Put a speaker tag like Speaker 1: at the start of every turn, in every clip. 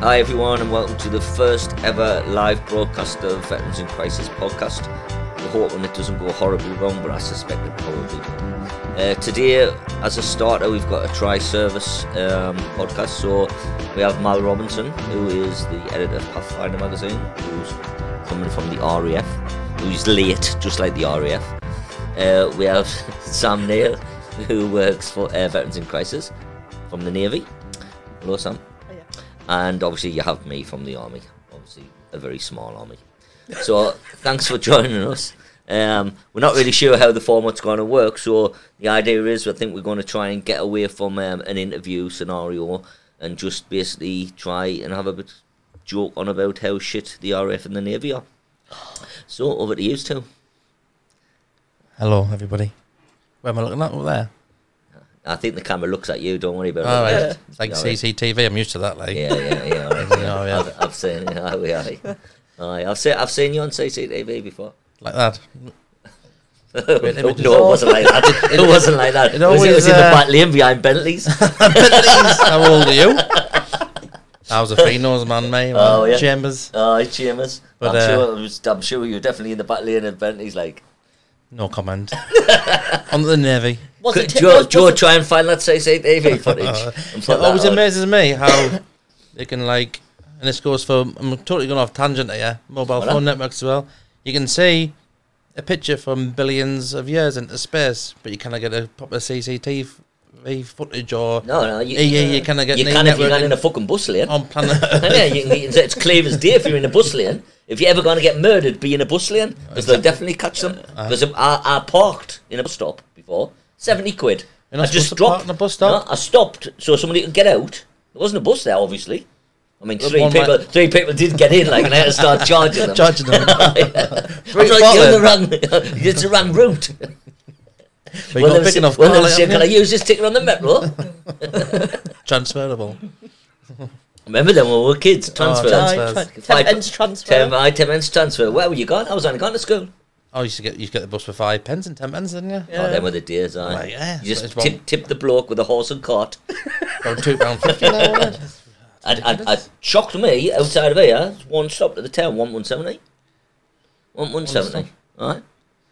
Speaker 1: Hi, everyone, and welcome to the first ever live broadcast of Veterans in Crisis podcast. We hope when it doesn't go horribly wrong, but I suspect it probably will. Uh, today, as a starter, we've got a tri service um, podcast. So we have Mal Robinson, who is the editor of Pathfinder magazine, who's coming from the RAF, who's late, just like the RAF. Uh, we have Sam Neil, who works for uh, Veterans in Crisis from the Navy. Hello, Sam. And obviously, you have me from the army. Obviously, a very small army. So, thanks for joining us. Um, we're not really sure how the format's going to work. So, the idea is I think we're going to try and get away from um, an interview scenario and just basically try and have a bit joke on about how shit the RF and the Navy are. So, over to you two.
Speaker 2: Hello, everybody. Where am I looking at? Up there.
Speaker 1: I think the camera looks at you. Don't worry about
Speaker 2: Oh,
Speaker 1: it.
Speaker 2: right. It's like
Speaker 1: Yeah, right.
Speaker 2: CCTV. I'm used to that, like.
Speaker 1: Yeah, yeah, yeah. all Oh, right, Oh,
Speaker 2: Yeah,
Speaker 1: yeah.
Speaker 2: all right.
Speaker 1: I've, I've seen it. Aye, aye, aye. Aye, I've seen I've seen you on CCTV before.
Speaker 2: Like that.
Speaker 1: no,
Speaker 2: Wait, let me
Speaker 1: it
Speaker 2: just-
Speaker 1: wasn't like that. It, wasn't like that.
Speaker 2: it
Speaker 1: It, was, it
Speaker 2: always,
Speaker 1: was in the
Speaker 2: uh,
Speaker 1: back lane behind Bentleys.
Speaker 2: How old are you? I was a Finos man, mate.
Speaker 1: Oh, yeah.
Speaker 2: Chambers.
Speaker 1: Aye, Seamus.
Speaker 2: But,
Speaker 1: I'm,
Speaker 2: uh,
Speaker 1: sure it was, I'm sure you were definitely in the back lane of Bentleys. Like,
Speaker 2: No comment. On the Navy.
Speaker 1: could
Speaker 3: Wasn't it-
Speaker 1: Joe,
Speaker 3: was-
Speaker 1: Joe
Speaker 3: wasn't-
Speaker 1: try and find that CCTV footage. and
Speaker 2: it
Speaker 1: put that
Speaker 2: always
Speaker 1: on.
Speaker 2: amazes me how they can, like, and this goes for, I'm totally going off tangent here, mobile
Speaker 1: Well,
Speaker 2: phone networks as well. You can see a picture from billions of years into space, but you cannot get a proper CCTV footage or.
Speaker 1: No, no, you,
Speaker 2: Yeah, yeah, you kinda get
Speaker 1: you
Speaker 2: the
Speaker 1: can if you're
Speaker 2: networking-
Speaker 1: not in a fucking bus lane.
Speaker 2: On planet
Speaker 1: yeah, you can, you can- it's clear as day if you're in a bus lane. If you're ever going to get murdered, be in a bus lane because they'll definitely catch them. Because I, I parked in a bus stop before, seventy quid.
Speaker 2: You're not
Speaker 1: I just
Speaker 2: supposed to park
Speaker 1: dropped
Speaker 2: in a bus stop.
Speaker 1: No, I stopped so somebody could get out. There wasn't a bus there, obviously. I mean,
Speaker 2: Well,
Speaker 1: three
Speaker 2: one
Speaker 1: people,
Speaker 2: might-
Speaker 1: three people did get in, like, and I had to start charging them.
Speaker 2: Judging them.
Speaker 1: I was like, you're in the wrong, you're in the wrong route.
Speaker 2: But
Speaker 1: Well,
Speaker 2: you've got
Speaker 1: they
Speaker 2: a
Speaker 1: were
Speaker 2: big
Speaker 1: saying-
Speaker 2: enough
Speaker 1: well,
Speaker 2: car,
Speaker 1: they were
Speaker 2: like,
Speaker 1: saying,
Speaker 2: haven't
Speaker 1: can I
Speaker 2: you?
Speaker 1: use this ticket on the metro?
Speaker 2: transferable.
Speaker 1: Remember then when we were
Speaker 2: Oh,
Speaker 1: kids, transfer.
Speaker 2: transfer.
Speaker 3: No,
Speaker 2: Transfers.
Speaker 3: tra-
Speaker 1: Five-
Speaker 3: temp ends transfer.
Speaker 1: Ten, I ten minutes transfer. Where were you going? I was only going to school.
Speaker 2: Oh, you used to get you used to get the bus for five pence and ten pence, didn't you?
Speaker 1: Oh, them were the days, aye.
Speaker 2: Right, yeah,
Speaker 1: you just
Speaker 2: that's what it's
Speaker 1: tip, tip the bloke with a horse and cart.
Speaker 2: About two pound fifty. now, wasn't it?
Speaker 1: I, I, I shocked me outside of here. One stop to the town, one one seventy. One one seventy. Right.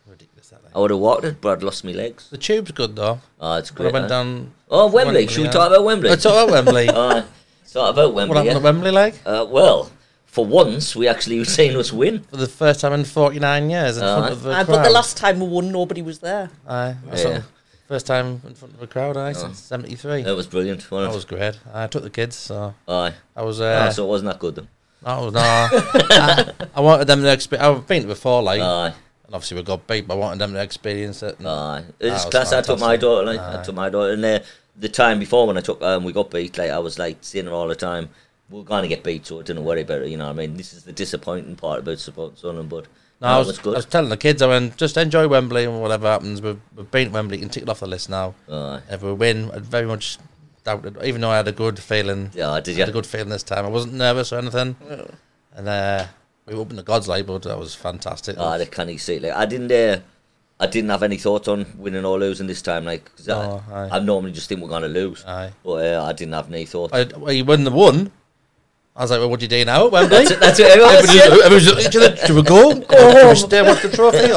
Speaker 2: Ridiculous that.
Speaker 1: I
Speaker 2: Thing.
Speaker 1: would have walked it, but I'd lost my legs.
Speaker 2: The tube's good though.
Speaker 1: Oh, it's
Speaker 2: When I
Speaker 1: great.
Speaker 2: went
Speaker 1: eh?
Speaker 2: down.
Speaker 1: oh, Wembley.
Speaker 2: Wembley,
Speaker 1: Should we
Speaker 2: yeah.
Speaker 1: talk about Wembley?
Speaker 2: I talk about Wembley. what
Speaker 1: Aye. talk about Wembley.
Speaker 2: happened
Speaker 1: Oh, Yeah.
Speaker 2: at Wembley? Like
Speaker 1: Uh, well, for once, we actually were seeing us win.
Speaker 2: for the first time in forty nine years in
Speaker 1: Aye.
Speaker 2: front of the
Speaker 3: Ah,
Speaker 2: crowd.
Speaker 3: but the last time we won, nobody was there.
Speaker 2: Aye.
Speaker 1: Yeah.
Speaker 2: So, First time in front of a crowd. Aye,
Speaker 1: Oh.
Speaker 2: since seventy three.
Speaker 1: That was brilliant.
Speaker 2: That
Speaker 1: Wasn't
Speaker 2: was
Speaker 1: it?
Speaker 2: great. I took the kids, so
Speaker 1: Aye.
Speaker 2: I was. Uh,
Speaker 1: Ah, so it wasn't that good then.
Speaker 2: that was nah. I, I wanted them to experience. I've been to before, like,
Speaker 1: Aye.
Speaker 2: and obviously we got beat, but I wanted them to experience it. and-
Speaker 1: Aye, it's
Speaker 2: was
Speaker 1: class. I took my
Speaker 2: fantastic.
Speaker 1: daughter. Like, I
Speaker 2: Aye.
Speaker 1: took my daughter, and uh, the time before when I took, um, we got beat. Like I was like seeing her all the time. We're gonna get beat, so I didn't worry about it. You know what I mean? This is the disappointing part about supporting Sunderland, but that
Speaker 2: No, I was,
Speaker 1: was good.
Speaker 2: I was telling the kids, I went, just enjoy Wembley and whatever happens. We've, we've been to Wembley, you can tick it off the list now.
Speaker 1: Aye.
Speaker 2: If we win, I very much doubted, even though I had a good feeling.
Speaker 1: Yeah, I did
Speaker 2: I had a
Speaker 1: you?
Speaker 2: good feeling this time. I wasn't nervous or anything. And uh, we opened the God's Light, but that was fantastic.
Speaker 1: Ah, the canny seat. Like I didn't. Uh, I didn't have any thoughts on winning or losing this time. Like 'cause
Speaker 2: No, Oh, aye.
Speaker 1: I, I normally just think we're gonna lose,
Speaker 2: Aye.
Speaker 1: but uh, I didn't have any thoughts.
Speaker 2: I, well, you win the one. I was like, well, what do you do now at Wembley?
Speaker 1: That's it. That's what everyone
Speaker 2: Everyone just-
Speaker 1: said.
Speaker 2: everyone's just looking at each other, Should we go? Go home. Stay with the trophy or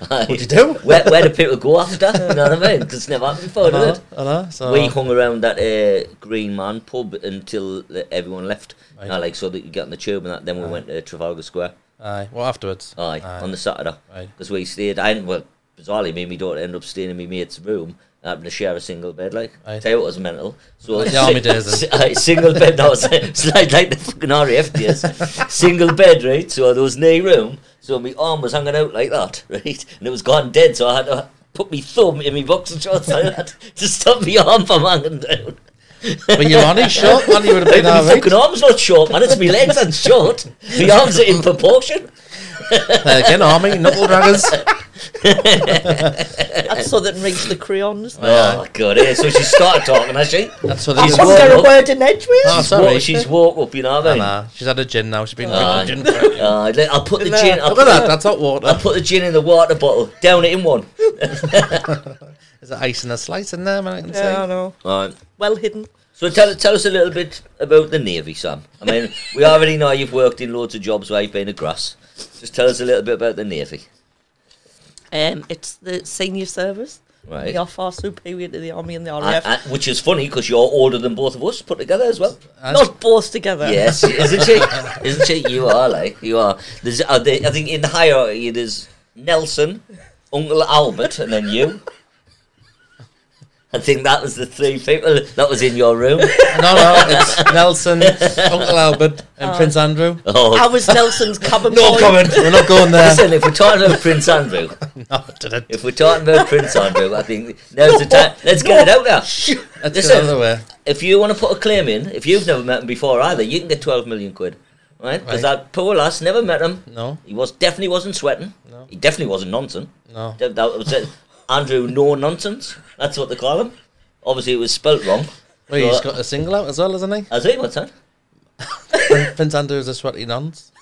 Speaker 2: what? what do you do?
Speaker 1: Where, where do people go after? You know what I mean? 'Cause it's never happened before, did it?
Speaker 2: Uh-huh, uh-huh, so-
Speaker 1: we hung around that uh, Green Man pub until uh, everyone left.
Speaker 2: Right.
Speaker 1: You know, like so that you get on the tube and that. Then we went to Trafalgar Square.
Speaker 2: Aye. Well, afterwards.
Speaker 1: Aye, on the Saturday
Speaker 2: Right.
Speaker 1: because we stayed. I well, bizarrely, me and my daughter ended up staying in my mate's room. and Having to share a single bed, like
Speaker 2: Right.
Speaker 1: tell you what was mental. So
Speaker 2: Like the army days,
Speaker 1: si- aye, single bed. That was it's like like the fucking RAF days. single bed, right? So there was no room, so my arm was hanging out like that, right? And it was gone dead, so I had to put my thumb in my boxer shorts like that to stop my arm from hanging down.
Speaker 2: But you're on it, short man. You would have been
Speaker 1: My
Speaker 2: all right.
Speaker 1: fucking arm's not short, man. It's my legs that's short. My arms are in proportion.
Speaker 2: Uh, again, army, knuckle draggers.
Speaker 3: That's so that rings the crayons.
Speaker 1: Oh, God. Yeah. So she started talking, has she?
Speaker 2: That's what
Speaker 1: She's
Speaker 3: Was
Speaker 2: these.
Speaker 1: woke
Speaker 3: there a
Speaker 1: up.
Speaker 3: word in Edgewood?
Speaker 2: Oh,
Speaker 1: She's woke,
Speaker 2: sorry.
Speaker 1: she's woke up, you know what I mean?
Speaker 2: Nah, she's had a gin now. She's been
Speaker 1: Aye.
Speaker 2: drinking gin. Look
Speaker 1: Aye, let- I'll put the
Speaker 3: Look at
Speaker 1: gin.
Speaker 3: that,
Speaker 1: I'll
Speaker 2: at
Speaker 1: put,
Speaker 2: that. That's hot water.
Speaker 1: I'll put the gin in the water bottle. Down it in one.
Speaker 2: There's ice and a slice in there, man. I can
Speaker 3: yeah, I
Speaker 2: see.
Speaker 3: know.
Speaker 1: All right.
Speaker 3: Well hidden.
Speaker 1: So tell tell us a little bit about the navy, Sam. I mean, we already know you've worked in loads of jobs where you've been a grass. Just tell us a little bit about the navy,
Speaker 3: Um, it's the senior service.
Speaker 1: right?
Speaker 3: They are far superior to the army and the
Speaker 1: And-
Speaker 3: RAF.
Speaker 1: and- which is funny because you're older than both of us put together as well.
Speaker 3: Not both together.
Speaker 1: Yes, isn't she? Isn't she? You are like you are. There's, uh, they, I think in the hierarchy there's Nelson, Uncle Albert, and then you. I think that was the three people that was in your room.
Speaker 2: No, no, it's Nelson, Uncle Albert, and Prince Andrew.
Speaker 1: Oh,
Speaker 3: I was Nelson's cover boy.
Speaker 2: We're not going there.
Speaker 1: listen, if we're talking about Prince Andrew,
Speaker 2: No, I didn't.
Speaker 1: if we're talking about Prince Andrew, I think now's the time. Let's get it out there.
Speaker 2: Let's
Speaker 1: Listen.
Speaker 2: go the other way.
Speaker 1: If you want to put a claim in, if you've never met him before either, you can get twelve million quid, right? Because
Speaker 2: Right.
Speaker 1: that poor lass never met him.
Speaker 2: No,
Speaker 1: He was definitely wasn't sweating.
Speaker 2: No.
Speaker 1: He definitely wasn't nonsense.
Speaker 2: no.
Speaker 1: That, that was it. Andrew No Nonsense. That's what they call him. Obviously, it was spelt wrong.
Speaker 2: Well, he's got a single out as well, hasn't he?
Speaker 1: Has he? What's that?
Speaker 2: Prin- Prince Andrew is a sweaty nonce.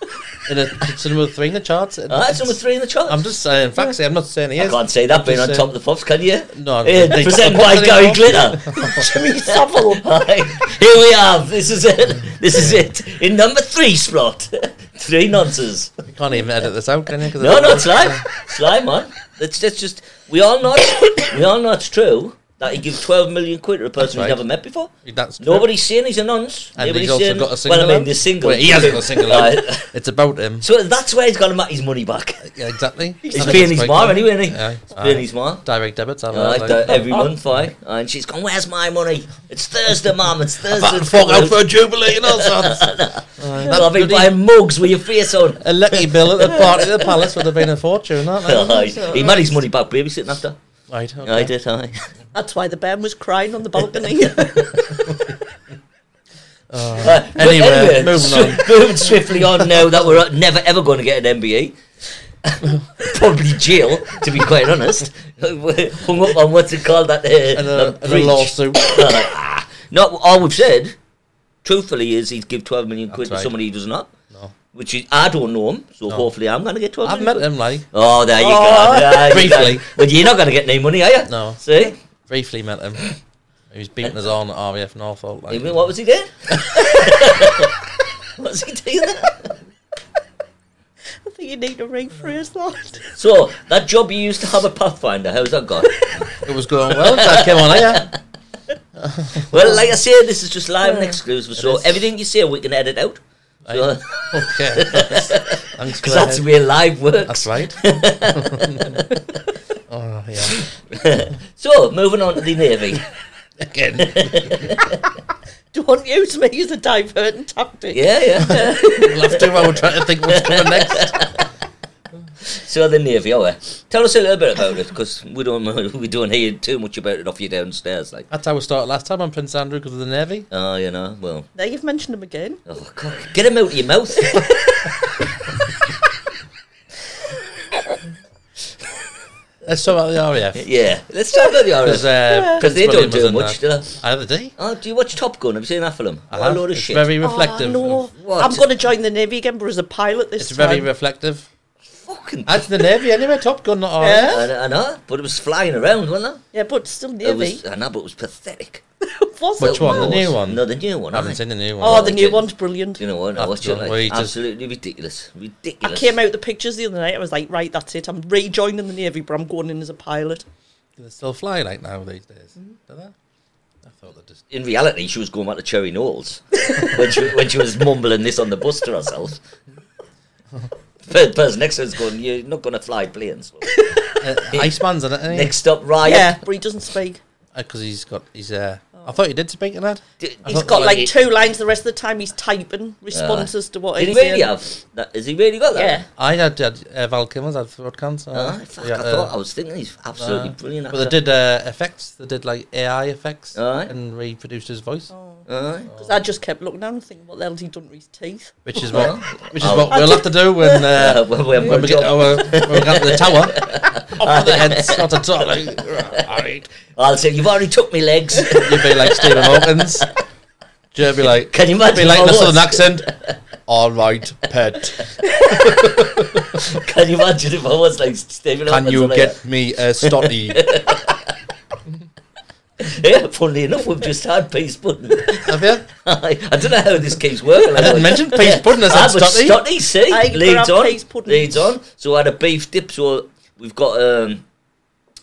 Speaker 2: In a, it's number three in the charts.
Speaker 1: Oh, that's number three in the chart.
Speaker 2: I'm just saying, facts here. I'm not saying he
Speaker 1: I
Speaker 2: is.
Speaker 1: can't say that being on
Speaker 2: just
Speaker 1: top of the pops, can you?
Speaker 2: No,
Speaker 1: Eh,
Speaker 2: they-
Speaker 1: presented
Speaker 2: they-
Speaker 1: by Gary
Speaker 2: anymore.
Speaker 1: Glitter.
Speaker 3: Jimmy Savile.
Speaker 1: Aye. Here we are. This is it. This is it. In number three spot. three nonsense.
Speaker 2: You can't even edit this out, can you? 'Cause
Speaker 1: No,
Speaker 2: it's-
Speaker 1: no, it's live. It's live, man. That's, that's just. We all know. it's- we all know it's true that he give twelve million quid to a person
Speaker 2: right.
Speaker 1: he's never met before.
Speaker 2: That's true.
Speaker 1: Nobody's saying he's a nonce.
Speaker 2: And
Speaker 1: Nobody's
Speaker 2: he's also
Speaker 1: saying-
Speaker 2: got a single
Speaker 1: Well, I mean,
Speaker 2: out.
Speaker 1: the single.
Speaker 2: Well, he hasn't got a single out.
Speaker 1: Aye.
Speaker 2: It's about him.
Speaker 1: So that's where he's going to make his money back.
Speaker 2: Yeah, exactly. I
Speaker 1: He's
Speaker 2: think
Speaker 1: paying his
Speaker 2: it's
Speaker 1: mom
Speaker 2: quite good.
Speaker 1: anyway, isn't he?
Speaker 2: Aye,
Speaker 1: He's
Speaker 2: aye.
Speaker 1: paying his mom.
Speaker 2: Direct debits. I
Speaker 1: Uh,
Speaker 2: like
Speaker 1: like
Speaker 2: that.
Speaker 1: every month, aye. And she's going, Where's my money? It's Thursday, mum. It's Thursday.
Speaker 2: That fuck out for a jubilee and all sorts. Aye.
Speaker 1: I'll be
Speaker 2: Bloody-
Speaker 1: buying mugs with your face on.
Speaker 2: uh, a lucky bill at the party at the palace would have been a fortune, not
Speaker 1: Aye.
Speaker 2: it?
Speaker 1: He made his money back babysitting after.
Speaker 2: Right.
Speaker 1: I
Speaker 2: Okay.
Speaker 1: did, aye.
Speaker 3: That's why the band was crying on the balcony.
Speaker 2: Oh.
Speaker 1: Uh, but
Speaker 2: Anyway, moving
Speaker 1: swi-
Speaker 2: on.
Speaker 1: moving swiftly on now that we're never ever going to get an MBE. Probably jail, to be quite honest. Hung up on what's it called that uh,
Speaker 2: And
Speaker 1: that
Speaker 2: a, and a
Speaker 1: preach.
Speaker 2: lawsuit.
Speaker 1: Not all we've said, truthfully, is he'd give twelve million quid
Speaker 2: That's right.
Speaker 1: to somebody he does not.
Speaker 2: No.
Speaker 1: Which is I don't know him, so
Speaker 2: No.
Speaker 1: hopefully I'm going to get twelve.
Speaker 2: I've
Speaker 1: million
Speaker 2: met
Speaker 1: quid.
Speaker 2: him, like
Speaker 1: Oh, there you
Speaker 3: Oh.
Speaker 1: go. There you go.
Speaker 2: Briefly.
Speaker 1: But you're not going to get any money, are you?
Speaker 2: No.
Speaker 1: See,
Speaker 2: briefly met him. He was beating us on at RAF Norfolk. Like,
Speaker 1: Even- what was he doing? What's he doing? There?
Speaker 3: I think you need to rephrase that.
Speaker 1: So that job you used to have a Pathfinder, how's that gone?
Speaker 2: it was going well. So I came on here.
Speaker 1: well, like I said, this is just live and exclusive, so
Speaker 2: is.
Speaker 1: everything you say we can edit out.
Speaker 2: Aye.
Speaker 1: Because
Speaker 2: Okay. Thanks for
Speaker 1: that's
Speaker 2: that.
Speaker 1: where live works.
Speaker 2: That's right. oh yeah.
Speaker 1: So moving on to the navy.
Speaker 2: Again.
Speaker 3: Don't use me as a diverting tactic.
Speaker 1: Yeah, yeah.
Speaker 2: We'll have to while we're trying to think what's coming next.
Speaker 1: so the navy, oh, eh. tell us a little bit about it because we don't we don't hear too much about it off you downstairs, like.
Speaker 2: That's how we started last time on Prince Andrew because of the Navy.
Speaker 1: Oh, you know, well,
Speaker 3: Now you've mentioned him again.
Speaker 1: oh, God, get him out of your mouth.
Speaker 2: Let's talk about the RAF.
Speaker 1: yeah, let's talk about the
Speaker 2: Because
Speaker 1: RAF
Speaker 2: uh,
Speaker 1: because they
Speaker 2: Prince
Speaker 1: don't
Speaker 2: William was
Speaker 1: do
Speaker 2: in
Speaker 1: much,
Speaker 2: that.
Speaker 1: do they?
Speaker 2: Either day.
Speaker 1: Oh, do you watch Top Gun? Have you seen that film? What a load of
Speaker 2: it's
Speaker 1: shit.
Speaker 2: very
Speaker 3: Oh,
Speaker 2: reflective.
Speaker 3: no.
Speaker 1: What?
Speaker 3: I'm going to join the Navy again, but as a pilot this
Speaker 2: It's
Speaker 3: time.
Speaker 2: very reflective.
Speaker 1: Fucking.
Speaker 2: That's the Navy anyway. Top Gun, not RAF.
Speaker 3: Yeah.
Speaker 1: I, I know, but it was flying around, wasn't it?
Speaker 3: yeah, but still
Speaker 1: It
Speaker 3: Navy.
Speaker 1: was, I know, but it was pathetic.
Speaker 3: Was
Speaker 2: Which
Speaker 3: it?
Speaker 2: one? The
Speaker 1: It
Speaker 3: Wow.
Speaker 2: new
Speaker 1: was.
Speaker 2: one?
Speaker 1: No, the new one.
Speaker 2: I haven't
Speaker 1: aye.
Speaker 2: seen the new one.
Speaker 3: Oh, the
Speaker 1: I
Speaker 3: new
Speaker 1: did.
Speaker 3: one's brilliant.
Speaker 1: Do you know what? I
Speaker 2: I've
Speaker 1: watched it.
Speaker 2: done-
Speaker 1: Like,
Speaker 2: well, you just-
Speaker 1: absolutely ridiculous.
Speaker 3: I
Speaker 1: Ridiculous.
Speaker 3: came out the pictures the other night. I was like, right, that's it. I'm rejoining the Navy, but I'm going in as a pilot.
Speaker 2: Do they Mm-hmm. still fly like now these days? Do they? I thought they just.
Speaker 1: In reality, she was going back to Cherry Knowles when, she, when she was mumbling this on the bus to herself. Third person next to her's going, You're not going to fly planes.
Speaker 2: Uh, Iceman's in it, isn't
Speaker 1: next up, Ryan.
Speaker 3: Yeah, but he doesn't speak.
Speaker 2: Because he's got. He's. Uh, I thought he did speak in that.
Speaker 1: D-
Speaker 2: I
Speaker 3: He's
Speaker 2: thought
Speaker 3: got
Speaker 1: he-
Speaker 3: like two lines. The rest of the time, he's typing responses to what
Speaker 1: Uh, Did he
Speaker 3: he's
Speaker 1: really
Speaker 3: saying.
Speaker 1: have? That, has he really got that?
Speaker 3: Yeah.
Speaker 2: I had, had uh, Val Kilmer's had throat cancer.
Speaker 1: Ah, fuck, I
Speaker 2: uh,
Speaker 1: thought I was thinking he's absolutely
Speaker 2: uh,
Speaker 1: brilliant.
Speaker 2: But they
Speaker 1: actor.
Speaker 2: did uh, effects. They did like AI effects
Speaker 1: Alright.
Speaker 2: and reproduced his voice,
Speaker 1: Aye.
Speaker 3: Because I just kept looking down and thinking, what the hell's he done with his teeth?
Speaker 2: which is
Speaker 1: Well,
Speaker 2: what which is
Speaker 1: I'll-
Speaker 2: what we'll have to do when
Speaker 1: Uh,
Speaker 2: uh,
Speaker 1: when we haven't
Speaker 2: when we
Speaker 1: got a
Speaker 2: get
Speaker 1: job.
Speaker 2: our when we get to the tower. Off with the heads, not at all. Like, alright.
Speaker 1: I'll say, You've already took me legs.
Speaker 2: You'd be like Stephen Hawkins. You'd be like,
Speaker 1: Can you imagine
Speaker 2: be like
Speaker 1: if I
Speaker 2: the
Speaker 1: was?
Speaker 2: southern accent. All right, pet.
Speaker 1: Can you imagine if I was like Stephen
Speaker 2: Can
Speaker 1: Hawkins
Speaker 2: you
Speaker 1: or like
Speaker 2: get me a stotty?
Speaker 1: yeah, funnily enough, we've just had peace pudding.
Speaker 2: Have you?
Speaker 1: I don't know how this keeps working. I
Speaker 2: didn't mention peas pudding, I said
Speaker 1: I was
Speaker 2: stutty.
Speaker 1: stutty, see?
Speaker 3: I
Speaker 1: leads
Speaker 3: grabbed
Speaker 1: on.
Speaker 3: peas pudding.
Speaker 1: Leads on. So I had a beef dip. So we've got um,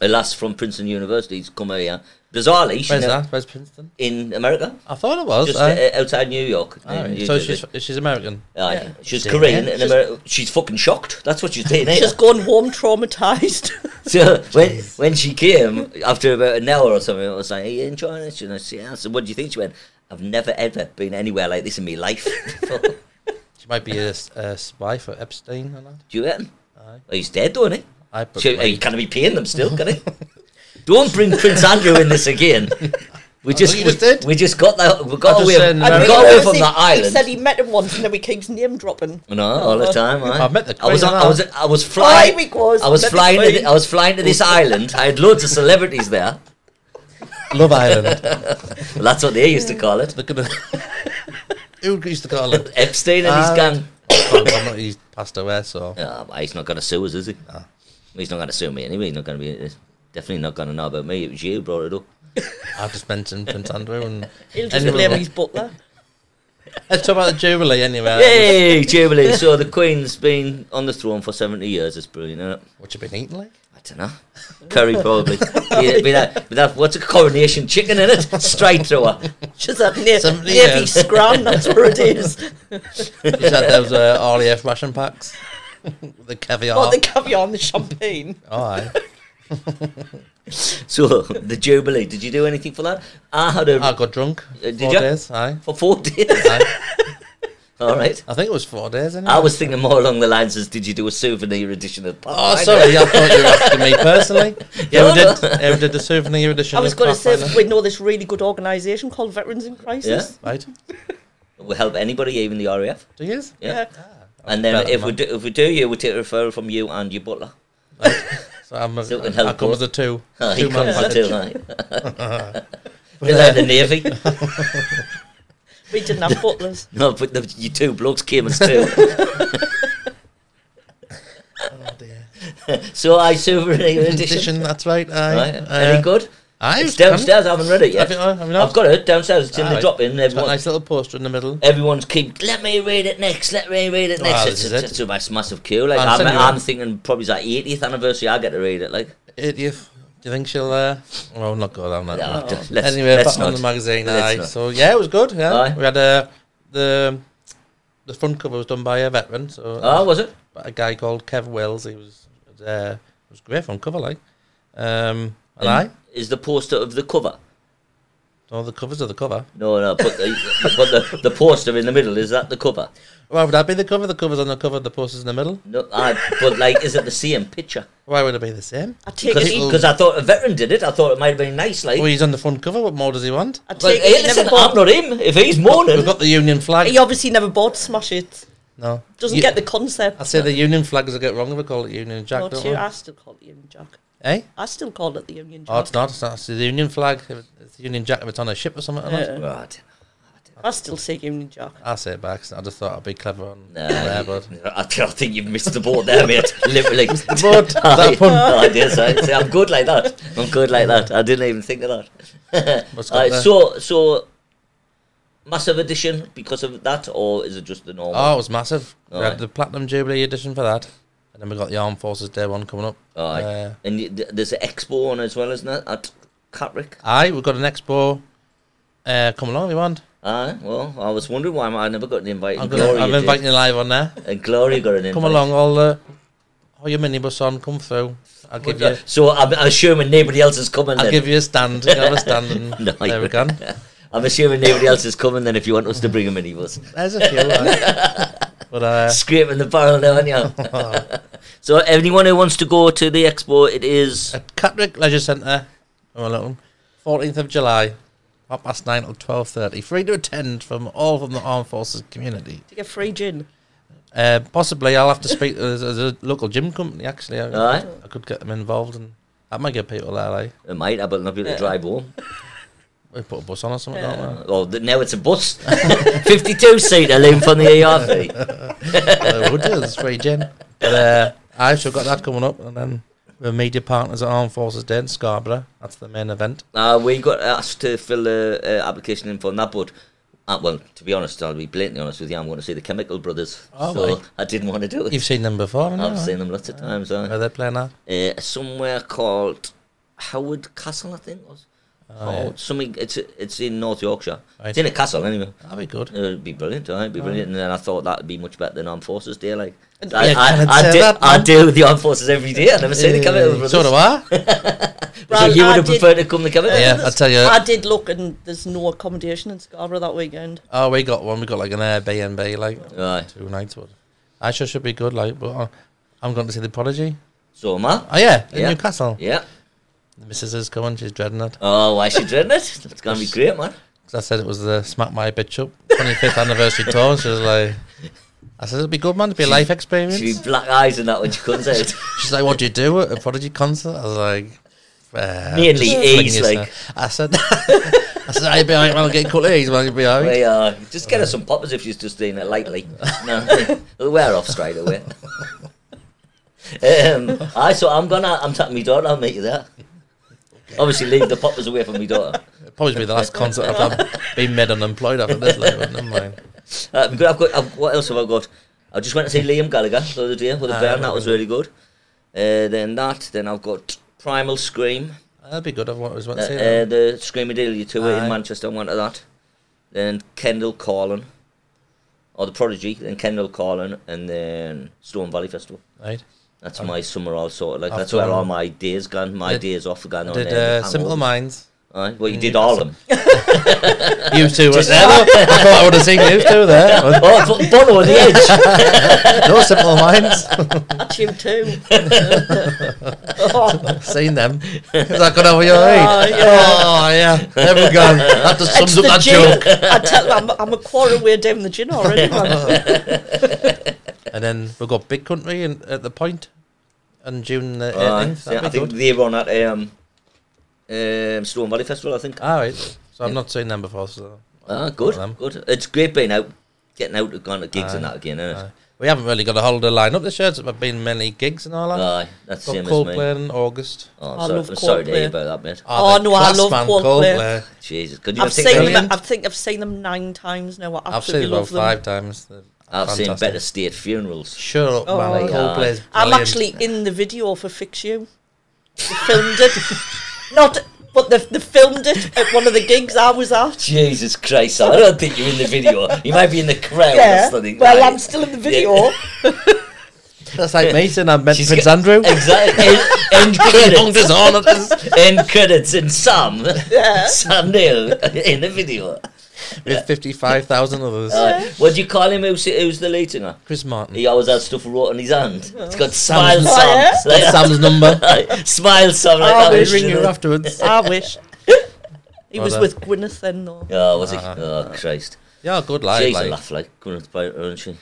Speaker 1: a lass from Princeton University who's come here. Bizarrely, she's
Speaker 2: Where's
Speaker 1: now
Speaker 2: that? Where's Princeton?
Speaker 1: in America,
Speaker 2: I thought it was.
Speaker 1: just
Speaker 2: uh,
Speaker 1: uh, outside New York.
Speaker 2: alright.
Speaker 1: in New
Speaker 2: So
Speaker 1: Jersey.
Speaker 2: she's she's American.
Speaker 1: Aye.
Speaker 3: yeah.
Speaker 1: She's
Speaker 2: See,
Speaker 1: Korean
Speaker 2: yeah.
Speaker 1: and
Speaker 2: She's-
Speaker 1: Ameri- she's fucking shocked. That's what she's doing. ain't
Speaker 3: She's
Speaker 1: it?
Speaker 3: gone home traumatised.
Speaker 1: So when when she came after about an hour or something, I was like, "Are you enjoying this?" And I said, yeah. I said, "What do you think?" She went, "I've never ever been anywhere like this in my life." do
Speaker 2: She might be a, s- a spy for Epstein or not.
Speaker 1: you reckon?
Speaker 2: Aye.
Speaker 1: Well, he's dead, don't he?
Speaker 2: I put
Speaker 1: So,
Speaker 2: my-
Speaker 1: he can't be paying them still, can he? Don't bring Prince Andrew in this again. We just,
Speaker 2: you just
Speaker 1: we,
Speaker 2: did.
Speaker 1: we just got that we
Speaker 2: I'm
Speaker 1: got
Speaker 2: just
Speaker 1: away,
Speaker 2: saying
Speaker 1: we
Speaker 2: America-
Speaker 1: got away
Speaker 3: Because
Speaker 1: from
Speaker 3: he-
Speaker 1: that
Speaker 3: He
Speaker 1: island.
Speaker 3: said he met him once and now he keeps name dropping.
Speaker 1: No, all the time. I,
Speaker 2: I've met the
Speaker 1: I was,
Speaker 2: Queen
Speaker 1: on,
Speaker 2: and
Speaker 1: I was,
Speaker 2: all.
Speaker 1: I was
Speaker 3: Five
Speaker 1: flying.
Speaker 3: week was.
Speaker 1: I was
Speaker 3: met the
Speaker 1: flying. To
Speaker 3: Queen.
Speaker 1: the, I was flying to this island. I had loads of celebrities there.
Speaker 2: Love Island.
Speaker 1: Well, that's what they used to call it.
Speaker 2: They're gonna. Who used to call it?
Speaker 1: Epstein and his
Speaker 2: Ah.
Speaker 1: gang.
Speaker 2: I'm not. He's passed away, so
Speaker 1: Ah, but he's not going to sue us, is he? He's not going to sue me anyway. He's not going to be. he's Definitely not going to know about me. It was you who brought it up.
Speaker 2: I just mentioned Prince Andrew and.
Speaker 3: He'll just
Speaker 2: Anyway.
Speaker 3: blame his butler.
Speaker 2: Let's talk about the Jubilee anyway.
Speaker 1: Yay, Um, Jubilee! So the Queen's been on the throne for seventy years. It's brilliant, isn't it?
Speaker 2: What you been eating like?
Speaker 1: I don't know. Curry probably. yeah, with that, with that, what's a coronation chicken in it? Straight through her.
Speaker 3: She's a na-
Speaker 2: Somebody
Speaker 3: navy
Speaker 2: else.
Speaker 3: scram, that's where it is.
Speaker 2: You said those uh, RAF ration packs. the caviar.
Speaker 3: Not the caviar and the champagne.
Speaker 2: Oh, aye.
Speaker 1: So the Jubilee. Did you do anything for that? I had a
Speaker 2: I got drunk.
Speaker 1: did
Speaker 2: four
Speaker 1: ya?
Speaker 2: days. Aye.
Speaker 1: for four days.
Speaker 2: aye.
Speaker 1: All right.
Speaker 2: I think it was four days. Anyway.
Speaker 1: I was thinking more along the lines as did you do a souvenir edition of
Speaker 2: Oh,
Speaker 1: Pathfinder?
Speaker 2: sorry. I thought you were asking me personally. Yeah, we
Speaker 1: No,
Speaker 2: did. Yeah, we did the souvenir edition.
Speaker 3: I was
Speaker 2: of
Speaker 3: going to say,
Speaker 2: Pathfinder.
Speaker 3: we know this really good organisation called Veterans in Crisis.
Speaker 2: right.
Speaker 1: We help anybody, even the RAF.
Speaker 2: Two years.
Speaker 1: Yeah.
Speaker 3: Yeah.
Speaker 1: And then
Speaker 2: Better
Speaker 1: if
Speaker 2: than
Speaker 1: we do, if we do you, we take a referral from you and your butler.
Speaker 2: So I'm. A,
Speaker 1: So it can
Speaker 2: I
Speaker 1: help
Speaker 2: come
Speaker 1: us.
Speaker 2: as a two.
Speaker 1: Oh, he
Speaker 2: two man
Speaker 1: comes
Speaker 2: package.
Speaker 1: until night. Is that the navy?
Speaker 3: We didn't have butlers.
Speaker 1: No, but the, you two blokes came as two.
Speaker 2: Oh, dear.
Speaker 1: so I souvenir edition.
Speaker 2: Edition. That's right. Aye.
Speaker 1: Right.
Speaker 2: Uh,
Speaker 1: Any good?
Speaker 2: Aye.
Speaker 1: It's downstairs. I haven't read it
Speaker 2: Have
Speaker 1: yet.
Speaker 2: you, uh, have you not?
Speaker 1: I've got it downstairs. It's in the
Speaker 2: Aye.
Speaker 1: drop in.
Speaker 2: It's got a
Speaker 1: Everyone,
Speaker 2: nice little poster in the middle.
Speaker 1: everyone's keep. Let me read it next. Let me read it
Speaker 2: Oh,
Speaker 1: next.
Speaker 2: this
Speaker 1: it's
Speaker 2: is
Speaker 1: it's,
Speaker 2: it.
Speaker 1: it's a mass- massive queue. Like
Speaker 2: I'll
Speaker 1: I'm,
Speaker 2: send you
Speaker 1: I'm
Speaker 2: one.
Speaker 1: thinking probably it's like 80th anniversary. I get to read it. Like
Speaker 2: Eightieth. Do you think she'll? Uh, well, we'll not go down that.
Speaker 1: No,
Speaker 2: route.
Speaker 1: d- let's-
Speaker 2: anyway,
Speaker 1: let's
Speaker 2: back on
Speaker 1: not.
Speaker 2: the magazine.
Speaker 1: Let's
Speaker 2: Aye.
Speaker 1: not.
Speaker 2: So yeah, it was good. Yeah,
Speaker 1: Aye.
Speaker 2: we had uh, the the front cover was done by a veteran, so uh,
Speaker 1: oh, was it?
Speaker 2: a guy called Kev Wells. He was uh, it was great front cover, like. Um,
Speaker 3: Mm.
Speaker 2: and I,
Speaker 1: And Is the poster of the cover?
Speaker 2: all the covers of the cover.
Speaker 1: No, no, but the, but the, the poster in the middle is that the cover?
Speaker 2: Why would that be the cover? The covers on the cover, the posters in the middle.
Speaker 1: No, I, but like, is it the same picture?
Speaker 2: Why would it be the same?
Speaker 3: I take it he,
Speaker 1: Because I thought a veteran did it. I thought it might have been nice, like.
Speaker 2: Well, he's on the front cover. What more does he want?
Speaker 3: I
Speaker 1: but
Speaker 3: take it
Speaker 1: hey,
Speaker 3: he, never
Speaker 1: listen, I'm
Speaker 3: bought,
Speaker 1: not him. If he's
Speaker 2: We've
Speaker 1: mourning,
Speaker 2: got the Union flag.
Speaker 3: he obviously never bought Smash It.
Speaker 2: No,
Speaker 3: Doesn't
Speaker 2: You-
Speaker 3: get the concept.
Speaker 2: I say the Union flag is I get wrong if I call it Union Jack.
Speaker 3: Not
Speaker 2: Don't
Speaker 3: here.
Speaker 2: I?
Speaker 3: I still call it the Union Jack.
Speaker 2: Eh?
Speaker 3: I still call it the Union Jack.
Speaker 2: Oh, it's not. It's not. It's the Union flag. If It's the Union Jack if it's on a ship or something. or not.
Speaker 3: Yeah.
Speaker 1: right?
Speaker 3: I still say Union Jack.
Speaker 2: I'll say it back. 'cause I just thought I'd be clever on
Speaker 1: Nah,
Speaker 2: there,
Speaker 1: you-
Speaker 2: but
Speaker 1: I, th- I think you've missed the boat there, mate. Literally, missed the
Speaker 2: boat. Is that a pun?
Speaker 1: I did. So, see, I'm good like that. I'm good like that. I didn't even think of that.
Speaker 2: What's got
Speaker 1: Alright,
Speaker 2: there?
Speaker 1: so, so massive edition because of that, or is it just the normal?
Speaker 2: oh, it was massive. we
Speaker 1: Alright.
Speaker 2: had the Platinum Jubilee edition for that, and then we got the Armed Forces Day one coming up.
Speaker 1: Aye.
Speaker 2: Uh,
Speaker 1: and y- th- there's an expo on as well, isn't it? At Catrick.
Speaker 2: aye, we've got an expo uh, coming along if you want.
Speaker 1: Aye, well, I was wondering why I never got an invite.
Speaker 2: I'm
Speaker 1: And
Speaker 2: gonna,
Speaker 1: Gloria
Speaker 2: I'm
Speaker 1: Oh, did.
Speaker 2: inviting you live on there.
Speaker 1: And Gloria got an invite.
Speaker 2: Come along, all the all your minibus on, come through. I'll give you.
Speaker 1: So I'm assuming nobody else is coming
Speaker 2: I'll
Speaker 1: then.
Speaker 2: give you a stand. You have a stand, and
Speaker 1: No,
Speaker 2: there we
Speaker 1: you-
Speaker 2: go.
Speaker 1: I'm assuming nobody else is coming then if you want us to bring him in, he was.
Speaker 2: There's a few. aye. but uh,
Speaker 1: Scraping the barrel now, aren't you? so anyone who wants to go to the expo, it is...
Speaker 2: At Catrick Leisure Centre, oh, fourteenth of July, half past nine till twelve thirty. Free to attend from all from the armed forces community.
Speaker 3: To get free gin.
Speaker 2: Uh, possibly, I'll have to speak to there's a, there's a local gym company. Actually, I,
Speaker 1: Aye.
Speaker 2: I could get them involved, and that might get people there. Like,
Speaker 1: It might, I better not be able to
Speaker 3: Yeah.
Speaker 1: drive home.
Speaker 2: we put a bus on or something.
Speaker 3: Yeah.
Speaker 2: Don't
Speaker 1: Oh, th- now it's a bus. 52-seater leaving from the ERV.
Speaker 2: we? Uh, we would do. It's free gin. But, uh, I've still got that coming up, and then We're media partners at Armed Forces Day in Scarborough. That's the main event.
Speaker 1: Uh, we got asked to fill a uh, application in for that, but uh, well, to be honest, I'll be blatantly honest with you. I'm going to see the Chemical Brothers,
Speaker 2: Oh,
Speaker 1: so
Speaker 2: right.
Speaker 1: I didn't want to do it.
Speaker 2: You've seen them before, haven't
Speaker 1: I've
Speaker 2: you?
Speaker 1: seen them lots of times. aye.
Speaker 2: Where they're playing that.
Speaker 1: uh, somewhere called Howard Castle, I think it was. Oh, something. It's it's in North Yorkshire.
Speaker 2: Right.
Speaker 1: It's in a castle anyway.
Speaker 2: That'd be good.
Speaker 1: It'd be brilliant, right? It'd be brilliant. And then I thought that'd be much better than Armed Forces Day. Like
Speaker 3: And-
Speaker 1: I,
Speaker 2: Yeah,
Speaker 1: I,
Speaker 2: can I
Speaker 1: I,
Speaker 2: say
Speaker 1: did-
Speaker 2: that,
Speaker 1: I
Speaker 2: man?
Speaker 1: deal with the Armed Forces every day. I never see the Chemical
Speaker 2: Uh,
Speaker 1: Brothers.
Speaker 2: So do I.
Speaker 1: So
Speaker 3: Well,
Speaker 1: you would
Speaker 3: I
Speaker 1: have
Speaker 3: did-
Speaker 1: preferred to come to Chemical
Speaker 2: Yeah,
Speaker 1: Brothers.
Speaker 2: I tell you.
Speaker 3: I did look, and there's no accommodation in Scarborough that weekend.
Speaker 2: Oh, we got one. We got like an Airbnb, like
Speaker 1: Right.
Speaker 2: two nights. But I sure should be good, like. But uh, I'm going to see the Prodigy.
Speaker 1: So am I.
Speaker 2: Oh yeah, in
Speaker 1: Yeah.
Speaker 2: Newcastle.
Speaker 1: Yeah.
Speaker 2: The missus is coming. She's dreading it.
Speaker 1: Oh, why she dreading it? It's gonna be great, man.
Speaker 2: 'Cause I said it was the Smack My Bitch Up 25th anniversary tour. And she was like, I said it'd be good, man. It'd be a life experience.
Speaker 1: She be black eyes and that when she comes out.
Speaker 2: She's like, "What do you do at a Prodigy concert?" I was like, uh,
Speaker 1: Mainly
Speaker 2: just
Speaker 1: A's,
Speaker 2: fling yourself."
Speaker 1: like.
Speaker 2: I said, "I said I'd be alright, man. I'll get cut A's, man. You'd be alright."
Speaker 1: we, uh, just get her some poppers if she's just doing it lightly. No, it'll wear off straight away. um, I so I'm gonna I'm taking my daughter. I'll meet you there. Obviously, leave the poppers away from my daughter.
Speaker 2: It'd probably be the last concert after I've been made unemployed after this. Like, but never mind.
Speaker 1: Uh, good. I've got. I've, what else have I got? I just went to see Liam Gallagher the other day with a
Speaker 2: Ah,
Speaker 1: band. That was really good. Uh, then that. Then I've got Primal Scream.
Speaker 2: That'd be good. I was
Speaker 1: Uh,
Speaker 2: about to say
Speaker 1: uh,
Speaker 2: that.
Speaker 1: the Screamadillia tour in
Speaker 2: Aye.
Speaker 1: Manchester. I went to that. Then Kendall Carlin, or the Prodigy. Then Kendall Carlin, and then Stone Valley Festival.
Speaker 2: Right.
Speaker 1: That's my summer all sort of like. That's
Speaker 2: After-
Speaker 1: where all my days gone. My
Speaker 2: Did-
Speaker 1: days off are gone. on
Speaker 2: Did
Speaker 1: there,
Speaker 2: uh, Simple Minds?
Speaker 1: Aye, well, you
Speaker 2: Mm,
Speaker 1: did all of them.
Speaker 2: You two were there. though. I thought I would have seen you two there.
Speaker 1: oh, I fucking Bono on the edge.
Speaker 2: No Simple Minds.
Speaker 3: That's you too.
Speaker 2: seen them. Is that good over your head?
Speaker 3: Oh, yeah.
Speaker 2: Oh yeah. There we go. That just
Speaker 3: It's
Speaker 2: sums up
Speaker 3: the
Speaker 2: that
Speaker 3: gin.
Speaker 2: joke.
Speaker 3: I tell you, I'm, I'm a quarter way down the gin already. man.
Speaker 2: And then we've got Big Country in, at the point on June the
Speaker 1: Aye,
Speaker 2: 18th.
Speaker 1: Oh, yeah,
Speaker 2: That'd
Speaker 1: I
Speaker 2: be
Speaker 1: think
Speaker 2: good.
Speaker 1: they were on at um, um, Stone Valley Festival. I think.
Speaker 2: All right. So I've not seen them before. So
Speaker 1: Ah, good,
Speaker 2: them.
Speaker 1: good. It's great being out, getting out, going to gigs and
Speaker 2: Aye,
Speaker 1: that again, isn't
Speaker 2: uh,
Speaker 1: it?
Speaker 2: we haven't really got a holiday line up this year. It's been many gigs and all that.
Speaker 1: Aye, that's the
Speaker 2: got
Speaker 1: Oh, same as me.
Speaker 2: Coldplay in August.
Speaker 1: Oh, I'm
Speaker 3: I
Speaker 1: sorry,
Speaker 3: love
Speaker 1: I'm sorry to hear
Speaker 3: Coldplay.
Speaker 1: about that, mate.
Speaker 3: Oh,
Speaker 2: they're
Speaker 3: no, I
Speaker 2: class,
Speaker 3: love
Speaker 2: man,
Speaker 3: Coldplay.
Speaker 1: Jesus, could you
Speaker 3: I've
Speaker 1: have
Speaker 3: seen
Speaker 1: seen
Speaker 2: Brilliant.
Speaker 3: them. I think I've seen them nine times now. I
Speaker 2: I've seen
Speaker 3: absolutely
Speaker 2: it about
Speaker 3: love them.
Speaker 2: five times. They're
Speaker 1: I've seen
Speaker 2: fantastic.
Speaker 1: better state funerals.
Speaker 2: Shut up,
Speaker 3: Oh,
Speaker 2: man.
Speaker 3: yeah.
Speaker 2: Coldplay's
Speaker 3: I'm
Speaker 2: brilliant.
Speaker 3: actually in the video for Fix You. They filmed it. Not, but they, they filmed it at one of the gigs I was at.
Speaker 1: Jesus Christ, I don't think you're in the video. You might be in the crowd.
Speaker 3: Yeah.
Speaker 1: or something,
Speaker 3: Well,
Speaker 1: right?
Speaker 3: I'm still in the video.
Speaker 2: That's like me saying I met
Speaker 1: She's
Speaker 2: Prince
Speaker 1: got-
Speaker 2: Andrew.
Speaker 1: Exactly. End, end
Speaker 2: Long
Speaker 1: credits.
Speaker 2: on it is.
Speaker 1: end credits. And Sam,
Speaker 3: Yeah.
Speaker 1: Sam Neil in the video.
Speaker 2: With 55,000 others.
Speaker 1: Uh, what do you call him? Who's, who's the lead singer?
Speaker 2: Chris Martin.
Speaker 1: He always has stuff wrote on his hand. It's got smile,
Speaker 2: Sam's-
Speaker 1: Sam.
Speaker 3: Oh,
Speaker 1: Like
Speaker 2: That's Sam's number.
Speaker 1: that. smile, Sam. Like
Speaker 2: I'll
Speaker 1: that.
Speaker 2: be
Speaker 1: was-
Speaker 2: ring you afterwards.
Speaker 3: I wish. He
Speaker 2: Well
Speaker 3: was
Speaker 2: done.
Speaker 3: with Gwyneth then, though.
Speaker 1: Oh, was he?
Speaker 2: Uh-huh.
Speaker 1: Oh, Christ.
Speaker 2: Yeah, good
Speaker 1: She's
Speaker 2: life.
Speaker 1: a
Speaker 2: Like, I
Speaker 1: laugh like coming up about her, isn't she?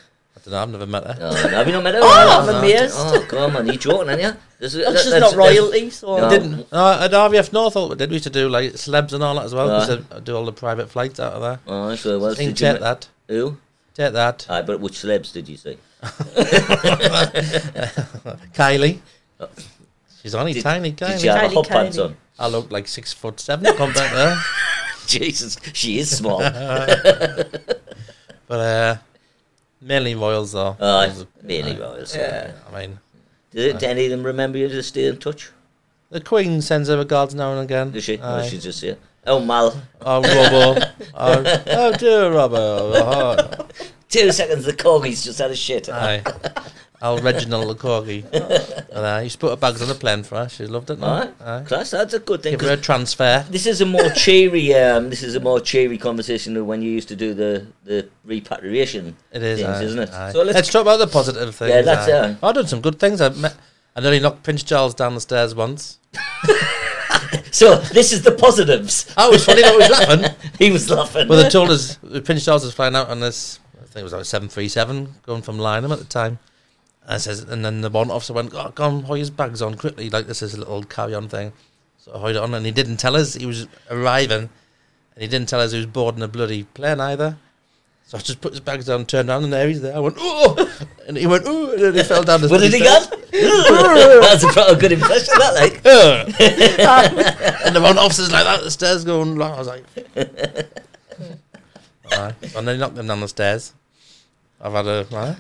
Speaker 2: don't know, I've never met her.
Speaker 1: Oh, have you not met her?
Speaker 3: Oh,
Speaker 2: no.
Speaker 3: I'm amazed.
Speaker 1: Oh, come on, you joking, aren't you? This is
Speaker 3: Well, she's not royalty, so
Speaker 1: No.
Speaker 2: I didn't. Uh, at RVF Northolt, did we used to do like celebs and all that as well? Because
Speaker 1: Right.
Speaker 2: I do all the private flights out of there.
Speaker 1: Oh, so well,
Speaker 2: Think
Speaker 1: did you met-
Speaker 2: take that.
Speaker 1: Who?
Speaker 2: Take that.
Speaker 1: Aye, but which celebs did you see?
Speaker 2: Kylie. She's only
Speaker 1: Oh. Did-
Speaker 2: tiny, Kylie.
Speaker 1: Did she have a
Speaker 3: Kylie,
Speaker 1: hot pants
Speaker 3: Kylie.
Speaker 1: on?
Speaker 2: I look like six foot seven compared to her.
Speaker 1: Jesus, she is small.
Speaker 2: But uh, mainly Royals though.
Speaker 1: Aye,
Speaker 2: Royals-
Speaker 1: really
Speaker 2: aye.
Speaker 1: royals.
Speaker 2: Yeah, I mean,
Speaker 1: Did, did any of them remember you to stay in touch?
Speaker 2: the Queen sends her regards now and again.
Speaker 1: Did she? Or
Speaker 2: Aye.
Speaker 1: she just here? Oh, Mal,
Speaker 2: Oh, Robbo. oh, oh, dear Robbo. Oh,
Speaker 1: two seconds, the corgi's just had a shit.
Speaker 2: aye. Oh, Reginald the Corgi. And I used to put her bags on a plane for her. She loved it. no?
Speaker 1: Aye.
Speaker 2: Aye.
Speaker 1: Class, that's a good thing.
Speaker 2: Give
Speaker 1: 'cause
Speaker 2: her a transfer.
Speaker 1: This is a more cheery. Um, this is a more cheery conversation than when you used to do the the repatriation.
Speaker 2: It is,
Speaker 1: things,
Speaker 2: aye,
Speaker 1: isn't it?
Speaker 2: aye.
Speaker 1: So let's,
Speaker 2: let's, talk about the positive things.
Speaker 1: Yeah, that's
Speaker 2: aye.
Speaker 1: it.
Speaker 2: I've done some good things. I met, I nearly knocked Prince Charles down the stairs once.
Speaker 1: So this is the positives.
Speaker 2: Oh, it was funny that was laughing.
Speaker 1: He was laughing.
Speaker 2: Well, they told us Prince Charles was flying out on this. I think it was like seven three seven going from Lynham at the time. And it says, and then the warrant officer went, "Oh, go on, hoy his bags on quickly." Like this is a little carry-on thing. So I hoyed it on, and he didn't tell us he was arriving, and he didn't tell us he was boarding a bloody plane either. So I just put his bags down, turned around, and there he's there. I went, oh! And he went, oh! And then he fell down the
Speaker 1: What did he
Speaker 2: stairs.
Speaker 1: get? That's a quite a good impression, that like.
Speaker 2: and the one officer's like that, the stairs going. Like, I was like, aye. and then he knocked them down the stairs. I've had a aye.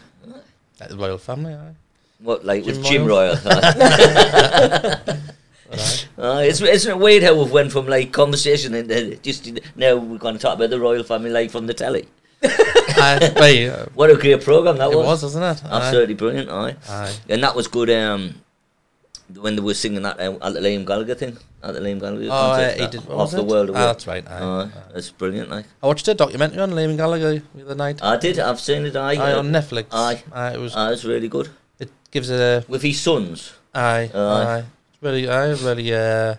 Speaker 2: like the royal family. Aye.
Speaker 1: What, like with
Speaker 2: Jim
Speaker 1: Jim Royal? Uh, it's, isn't it weird how we've went from like conversation and then just now we're going to talk about the royal family like from the telly?
Speaker 2: aye. But, yeah,
Speaker 1: What a great program that
Speaker 2: it was, wasn't it? Aye.
Speaker 1: Absolutely brilliant, aye.
Speaker 2: Aye.
Speaker 1: And that was good. Um, when they were singing that um, at the Liam Gallagher thing, at the Liam Gallagher
Speaker 2: Oh, uh,
Speaker 1: concert,
Speaker 2: he
Speaker 1: that
Speaker 2: did. What
Speaker 1: off
Speaker 2: was
Speaker 1: the
Speaker 2: it?
Speaker 1: world.
Speaker 2: Ah,
Speaker 1: away.
Speaker 2: that's right. Aye.
Speaker 1: Aye,
Speaker 2: Aye.
Speaker 1: that's brilliant. Like
Speaker 2: I watched a documentary on Liam Gallagher the other night.
Speaker 1: I did, I've seen it. I,
Speaker 2: Aye,
Speaker 1: uh,
Speaker 2: on Netflix.
Speaker 1: aye.
Speaker 2: it was.
Speaker 1: aye, it's really good
Speaker 2: It gives it a
Speaker 1: with his sons.
Speaker 2: aye. Aye.
Speaker 1: Aye.
Speaker 2: It's really, aye, really uh,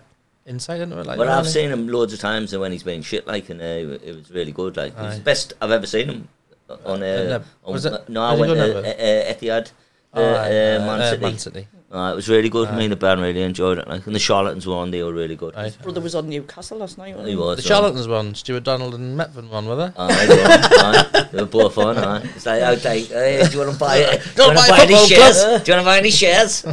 Speaker 2: insight into it. Like,
Speaker 1: but I've
Speaker 2: really.
Speaker 1: seen him loads of times and when he's been shit, like, and uh, it was really good. Like, it's
Speaker 2: Aye.
Speaker 1: the best I've ever seen him. On,
Speaker 2: Uh,
Speaker 1: uh, on
Speaker 2: was it-
Speaker 1: no, I
Speaker 2: did
Speaker 1: went
Speaker 2: you go
Speaker 1: to uh,
Speaker 2: to
Speaker 1: uh, Etihad. Uh, uh,
Speaker 2: Aye, aye,
Speaker 1: Man
Speaker 2: uh,
Speaker 1: City.
Speaker 2: Man City.
Speaker 1: Aye, it was really good.
Speaker 2: Aye.
Speaker 1: Me and the band really enjoyed it. Like, and the Charlatans were on; they were really good.
Speaker 2: Aye.
Speaker 3: Brother was on Newcastle last night. wasn't
Speaker 1: He
Speaker 3: he?
Speaker 1: was
Speaker 2: The
Speaker 1: aye.
Speaker 2: charlatans one, Stuart Donald and Metford one, were they?
Speaker 1: Aye, go on, aye. They were both on, aye. It's like, I'll take, hey, do you want to buy it? Do
Speaker 2: Don't
Speaker 1: you want
Speaker 2: buy
Speaker 1: to buy any
Speaker 2: football
Speaker 1: shares?
Speaker 2: clubs.
Speaker 1: Do you want to buy any shares? Ah.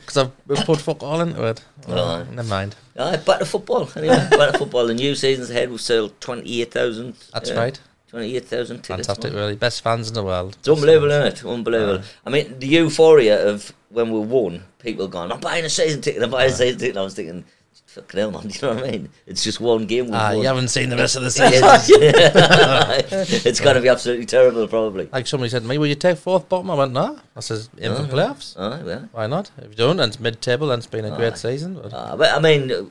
Speaker 2: Because I've we've put fuck all into it.
Speaker 1: Aye.
Speaker 2: Never mind.
Speaker 1: aye, back to football. Anyway, back to football. The new season's ahead will sell 28,000.
Speaker 2: That's
Speaker 1: uh,
Speaker 2: right.
Speaker 1: 28,000 tickets.
Speaker 2: Fantastic,
Speaker 1: man.
Speaker 2: really. Best fans in the world.
Speaker 1: It's unbelievable, isn't it? Unbelievable. I mean, the euphoria of when we won, people going, I'm buying a season ticket, I'm buying a season ticket. And I was thinking, fucking hell, man, do you know what I mean? It's just one game we've
Speaker 2: Ah,
Speaker 1: won.
Speaker 2: you haven't seen the rest of the season.
Speaker 1: it's going to be absolutely terrible, probably.
Speaker 2: Like somebody said to me, "Will you take fourth bottom?" I went, "No." I says, "In for
Speaker 1: Aye.
Speaker 2: playoffs?
Speaker 1: Aye, well.
Speaker 2: Why not? If you don't, and it's mid-table, and it's been a
Speaker 1: Aye.
Speaker 2: great season." But
Speaker 1: Uh, but I mean, uh,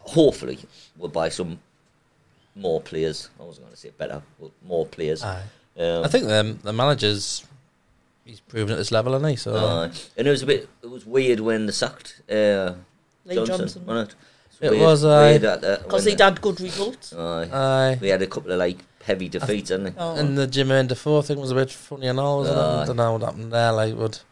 Speaker 1: hopefully we'll buy some more players. I wasn't going to say better, but more players.
Speaker 2: aye.
Speaker 1: Um,
Speaker 2: Ah. I think the the manager's he's proven at this level, isn't he? So
Speaker 1: aye. and it was a bit. It was weird when they sacked uh,
Speaker 3: Lee
Speaker 1: Johnson,
Speaker 3: Johnson.
Speaker 1: wasn't it? It's
Speaker 2: It was, uh, aye.
Speaker 1: weird at that, uh,
Speaker 3: Because
Speaker 1: when
Speaker 3: he'd
Speaker 1: they-
Speaker 3: had good results.
Speaker 1: Aye.
Speaker 2: aye.
Speaker 1: we had a couple of like heavy defeats, didn't they?
Speaker 3: Oh.
Speaker 2: And the Jermaine Defoe thing was a bit funny and all, wasn't it?
Speaker 3: Uh,
Speaker 1: Aye.
Speaker 2: I don't know what happened there. Like, but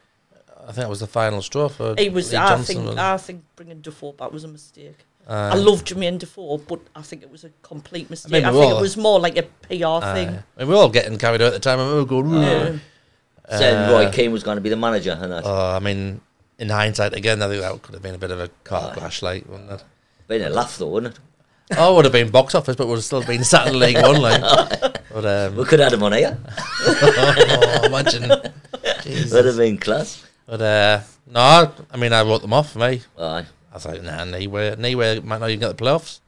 Speaker 2: I think that was the final straw for
Speaker 3: he was.
Speaker 2: Lee
Speaker 3: I
Speaker 2: Johnson,
Speaker 3: think.
Speaker 2: wasn't Uh, it?
Speaker 3: I think bringing Defoe back was a mistake.
Speaker 2: Aye.
Speaker 3: I love Jermaine Defoe, but I think it was a complete mistake. I,
Speaker 2: we
Speaker 3: think
Speaker 2: all-
Speaker 3: it was more like a PR
Speaker 2: Aye.
Speaker 3: thing. Um,
Speaker 2: I mean, uh, we were all getting carried out at the time. and we were going,
Speaker 1: Hmm.
Speaker 2: "Ooh."
Speaker 3: Yeah.
Speaker 1: Saying
Speaker 2: Uh,
Speaker 1: Roy Keane was going to be the manager, and that.
Speaker 2: oh, I mean, in hindsight, again, I think that could have been a bit of a
Speaker 3: Uh.
Speaker 2: car crash, like, wouldn't it?
Speaker 1: been a laugh though, wouldn't it?
Speaker 2: Oh, it would have been box office, but would have still been sat in League One, like. But
Speaker 1: We
Speaker 2: um,
Speaker 1: could have had him on here.
Speaker 2: oh, imagine. Jesus.
Speaker 1: That'd have been class.
Speaker 2: But uh, no, I- I mean, I wrote them off for me.
Speaker 1: Aye.
Speaker 2: I thought, nah, Anywhere, anywhere might not even get the playoffs.